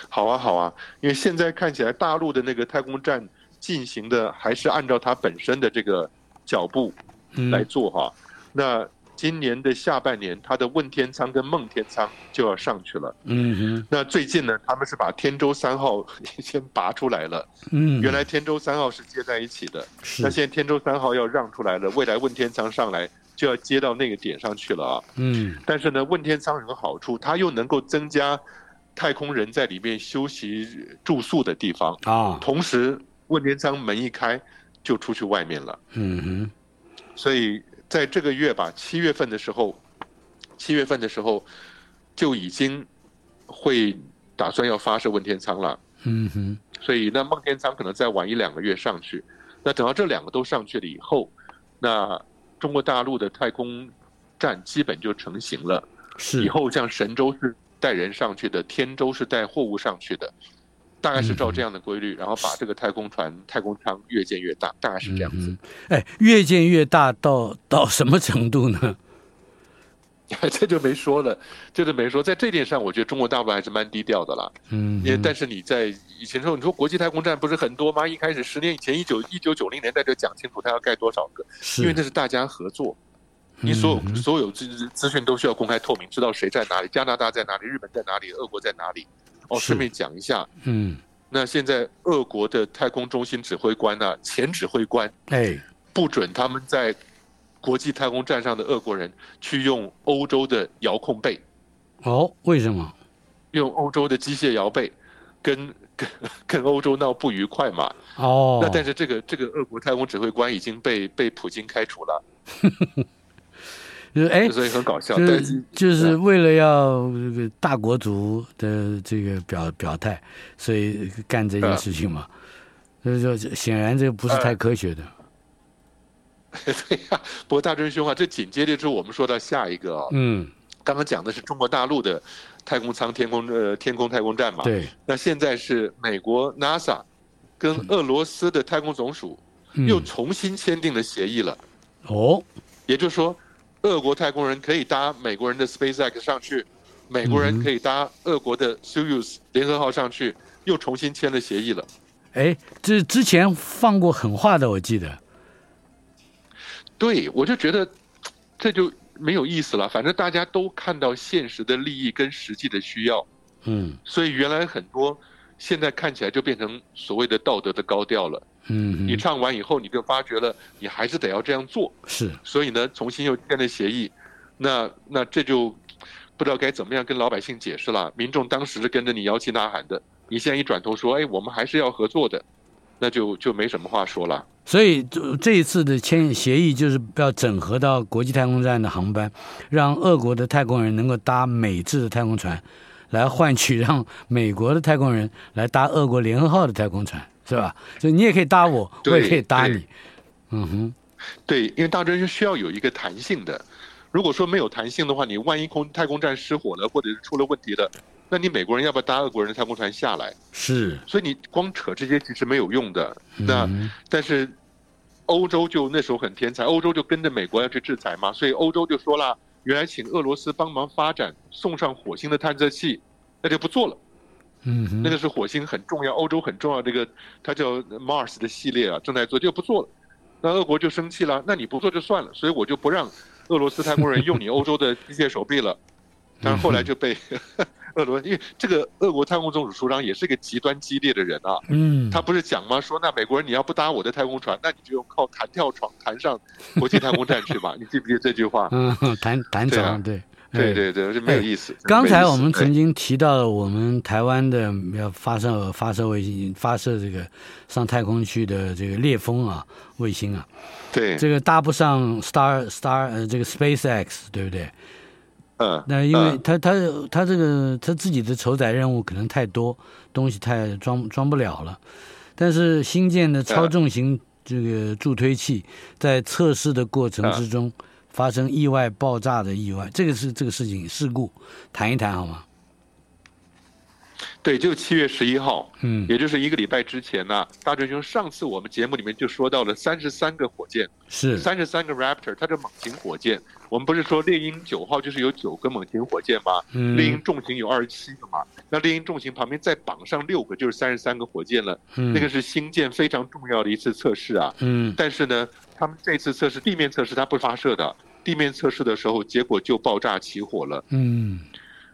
S3: 好啊，好啊，因为现在看起来大陆的那个太空站进行的还是按照它本身的这个脚步来
S2: 嗯，
S3: 做哈。那今年的下半年，它的问天舱跟梦天舱就要上去了。
S2: 嗯哼，
S3: 那最近呢，他们是把天舟三号 先拔出来了。
S2: 嗯，
S3: 原来天舟三号是接在一起的，
S2: 是
S3: 那，现在天舟三号要让出来了，未来问天舱上来就要接到那个点上去了啊。
S2: 嗯
S3: 但是呢，问天舱有个好处，它又能够增加太空人在里面休息住宿的地方，
S2: 啊，
S3: 同时问天舱门一开就出去外面了。
S2: 嗯哼，
S3: 所以在这个月吧，七月份的时候，七月份的时候就已经会打算要发射问天舱了。
S2: 嗯哼，
S3: 所以那梦天舱可能再晚一两个月上去。那等到这两个都上去了以后，那中国大陆的太空站基本就成型了。
S2: 是
S3: 以后像神舟是带人上去的，天舟是带货物上去的，大概是照这样的规律，然后把这个太空船、太空舱越建越大，大概是这样子。
S2: 嗯哼哎，越建越大到到什么程度 呢？
S3: 这就没说了，这就没说。在这点上，我觉得中国大陆还是蛮低调的啦。
S2: 嗯
S3: 因为
S2: 哼，
S3: 但是你在以前说，你说国际太空站不是很多吗？一开始十年以前，一九一九九零年代就讲清楚它要盖多少个，
S2: 是嗯
S3: 因为那是大家合作，你所有所有资资讯都需要公开透明，知道谁在哪里，加拿大在哪里，日本在哪里，俄国在哪里。哦，
S2: 是
S3: 顺便讲一下，
S2: 嗯，
S3: 那现在俄国的太空中心指挥官呢、前指挥官
S2: 哎，
S3: 不准他们在国际太空站上的俄国人去用欧洲的遥控臂，
S2: 哦，为什么？
S3: 用欧洲的机械摇臂，跟跟跟欧洲闹不愉快嘛。
S2: 哦，
S3: 那但是这个这个俄国太空指挥官已经被被普京开除了，
S2: 就是哎，
S3: 所以很搞笑。
S2: 就
S3: 但
S2: 是
S3: 是
S2: 就是为了要这个大国族的这个表表态，所以干这件事情嘛。所以说，显然这不是太科学的。
S3: 对呀、 不过大真兄啊，这紧接着就是我们说到下一个、哦，
S2: 嗯，
S3: 刚刚讲的是中国大陆的太空舱、天空呃天空太空站嘛。
S2: 对，
S3: 那现在是美国 NASA 跟俄罗斯的太空总署
S2: 嗯
S3: 又重新签订了协议了，
S2: 哦，
S3: 也就是说，俄国太空人可以搭美国人的 SpaceX 上去，美国
S2: 嗯
S3: 人
S2: 哼
S3: 可以搭俄国的 Soyuz 联合号上去，又重新签了协议了。
S2: 哎，这之前放过狠话的，我记得。
S3: 对，我就觉得这就没有意思了。反正大家都看到现实的利益跟实际的需要，
S2: 嗯
S3: 所以原来很多现在看起来就变成所谓的道德的高调了。
S2: 嗯
S3: 你
S2: 嗯，
S3: 唱完以后，你就发觉了，你还是得要这样做。
S2: 是
S3: 所以呢，重新又签了协议，那那这就不知道该怎么样跟老百姓解释了。民众当时是跟着你摇旗呐喊的，你现在一转头说，哎，我们还是要合作的，那就就没什么话说了。
S2: 所以这这一次的签协议就是要整合到国际太空站的航班，让俄国的太空人能够搭美制的太空船，来换取让美国的太空人来搭俄国联合号的太空船，是吧？ 就你也可以搭我，我
S3: 对
S2: 也可以搭你
S3: 对。
S2: 嗯哼，
S3: 对，因为大专是需要有一个弹性的。如果说没有弹性的话，你万一空太空站失火了，或者是出了问题了，那你美国人要不要搭俄国人的太空船下来？
S2: 是，
S3: 所以你光扯这些其实没有用的。那、
S2: 嗯
S3: 但是欧洲就那时候很天才，欧洲就跟着美国要去制裁嘛，所以欧洲就说了，原来请俄罗斯帮忙发展送上火星的探测器，那就不做了。
S2: 嗯哼，
S3: 那个是火星很重要，欧洲很重要，这个它叫 Mars 的系列啊，正在做就不做了。那俄国就生气了，那你不做就算了，所以我就不让俄罗斯太空人用你欧洲的机械手 臂了。但是后来就被 俄罗，因为这个俄国太空总署署长也是个极端激烈的人啊，
S2: 嗯，
S3: 他不是讲吗？说那美国人你要不搭我的太空船，那你就靠弹跳床弹上国际太空站去嘛？你记不记得这句话？
S2: 嗯， 弹弹
S3: 对 啊
S2: 床，对，
S3: 对
S2: 哎
S3: 对对，这没有意思。真的
S2: 刚
S3: 没
S2: 才
S3: 意
S2: 我
S3: 思
S2: 们
S3: 对
S2: 曾经提到了我们台湾的要发射发射卫星发射这个上太空去的这个猎风啊卫星啊，
S3: 对
S2: 这个搭不上 Star Star 呃这个 SpaceX 对不对？
S3: 嗯，
S2: 那因为
S3: 嗯
S2: 他他他这个他自己的筹载任务可能太多，东西太装装不了了。但是新建的超重型这个助推器在测试的过程
S3: 啊
S2: 之中发生意外爆炸的意外，这个是这个事情事故，谈一谈好吗？
S3: 对，就七月十一号，
S2: 嗯
S3: 也就是一个礼拜之前呢、大锤兄，上次我们节目里面就说到了三十三个火箭，
S2: 是，
S3: 三十三个 Raptor，它的猛禽火箭。我们不是说猎鹰九号就是有九个猛禽火箭吗？
S2: 嗯
S3: 猎鹰重型有二十七个嘛，那猎鹰重型旁边再绑上六个，就是三十三个火箭了。
S2: 嗯
S3: 那个是星舰非常重要的一次测试啊。
S2: 嗯
S3: 但是呢，他们这次测试地面测试它不发射的，地面测试的时候结果就爆炸起火了。
S2: 嗯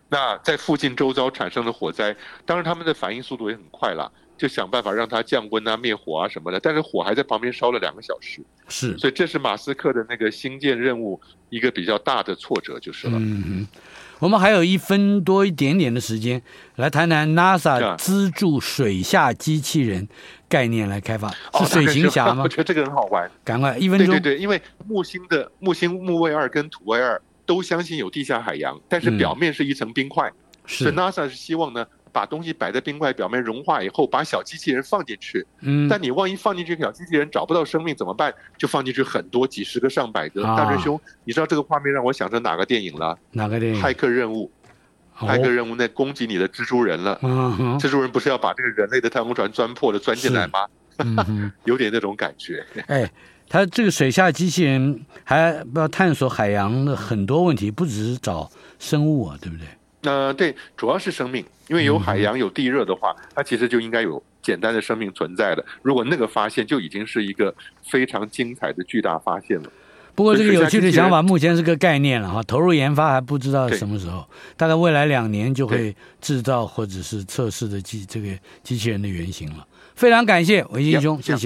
S3: 那在附近周遭产生的火灾，当然他们的反应速度也很快了，就想办法让它降温啊、灭火啊什么的。但是火还在旁边烧了两个小时，
S2: 是，
S3: 所以这是马斯克的那个星舰任务一个比较大的挫折就是了。
S2: 嗯哼，我们还有一分多一点点的时间来谈谈 NASA
S3: 啊
S2: 资助水下机器人概念来开发，
S3: 哦
S2: 是水行侠吗
S3: 我？觉得这个很好玩。
S2: 赶快一分
S3: 对
S2: 钟，
S3: 对对，因为木星的木星木卫二跟土卫二都相信有地下海洋，但是
S2: 嗯
S3: 表面是一层冰块。所
S2: 是
S3: 以 NASA 是希望呢，把东西摆在冰块表面融化以后，把小机器人放进去。
S2: 嗯
S3: 但你万一放进去小机器人找不到生命怎么办？就放进去很多，几十个、上百个。
S2: 啊
S3: 大锤兄，你知道这个画面让我想着哪个电影了？
S2: 哪个电影？
S3: 骇客任务，
S2: 嗯哦
S3: 骇客任务那攻击你的蜘蛛人了。
S2: 嗯哼
S3: 蜘蛛人不是要把这个人类的太空船钻破了钻进来吗？
S2: 嗯 哼，
S3: 有点那种感觉。
S2: 哎，它这个水下机器人还要探索海洋的很多问题，不只是找生物啊，对不对？
S3: 那对，主要是生命，因为
S2: 嗯
S3: 有海洋、有地热的话，它其实就应该有简单的生命存在的。如果那个发现，就已经是一个非常精彩的巨大发现了。
S2: 不过这个有趣的想法
S3: 所
S2: 目前是个概念了哈，投入研发还不知道
S3: 对
S2: 什么时候，大概未来两年就会制造或者是测试的机这个机器人的原型了。非常感谢韦
S3: 呀
S2: 金兄，
S3: 这
S2: 谢
S3: 样
S2: 谢。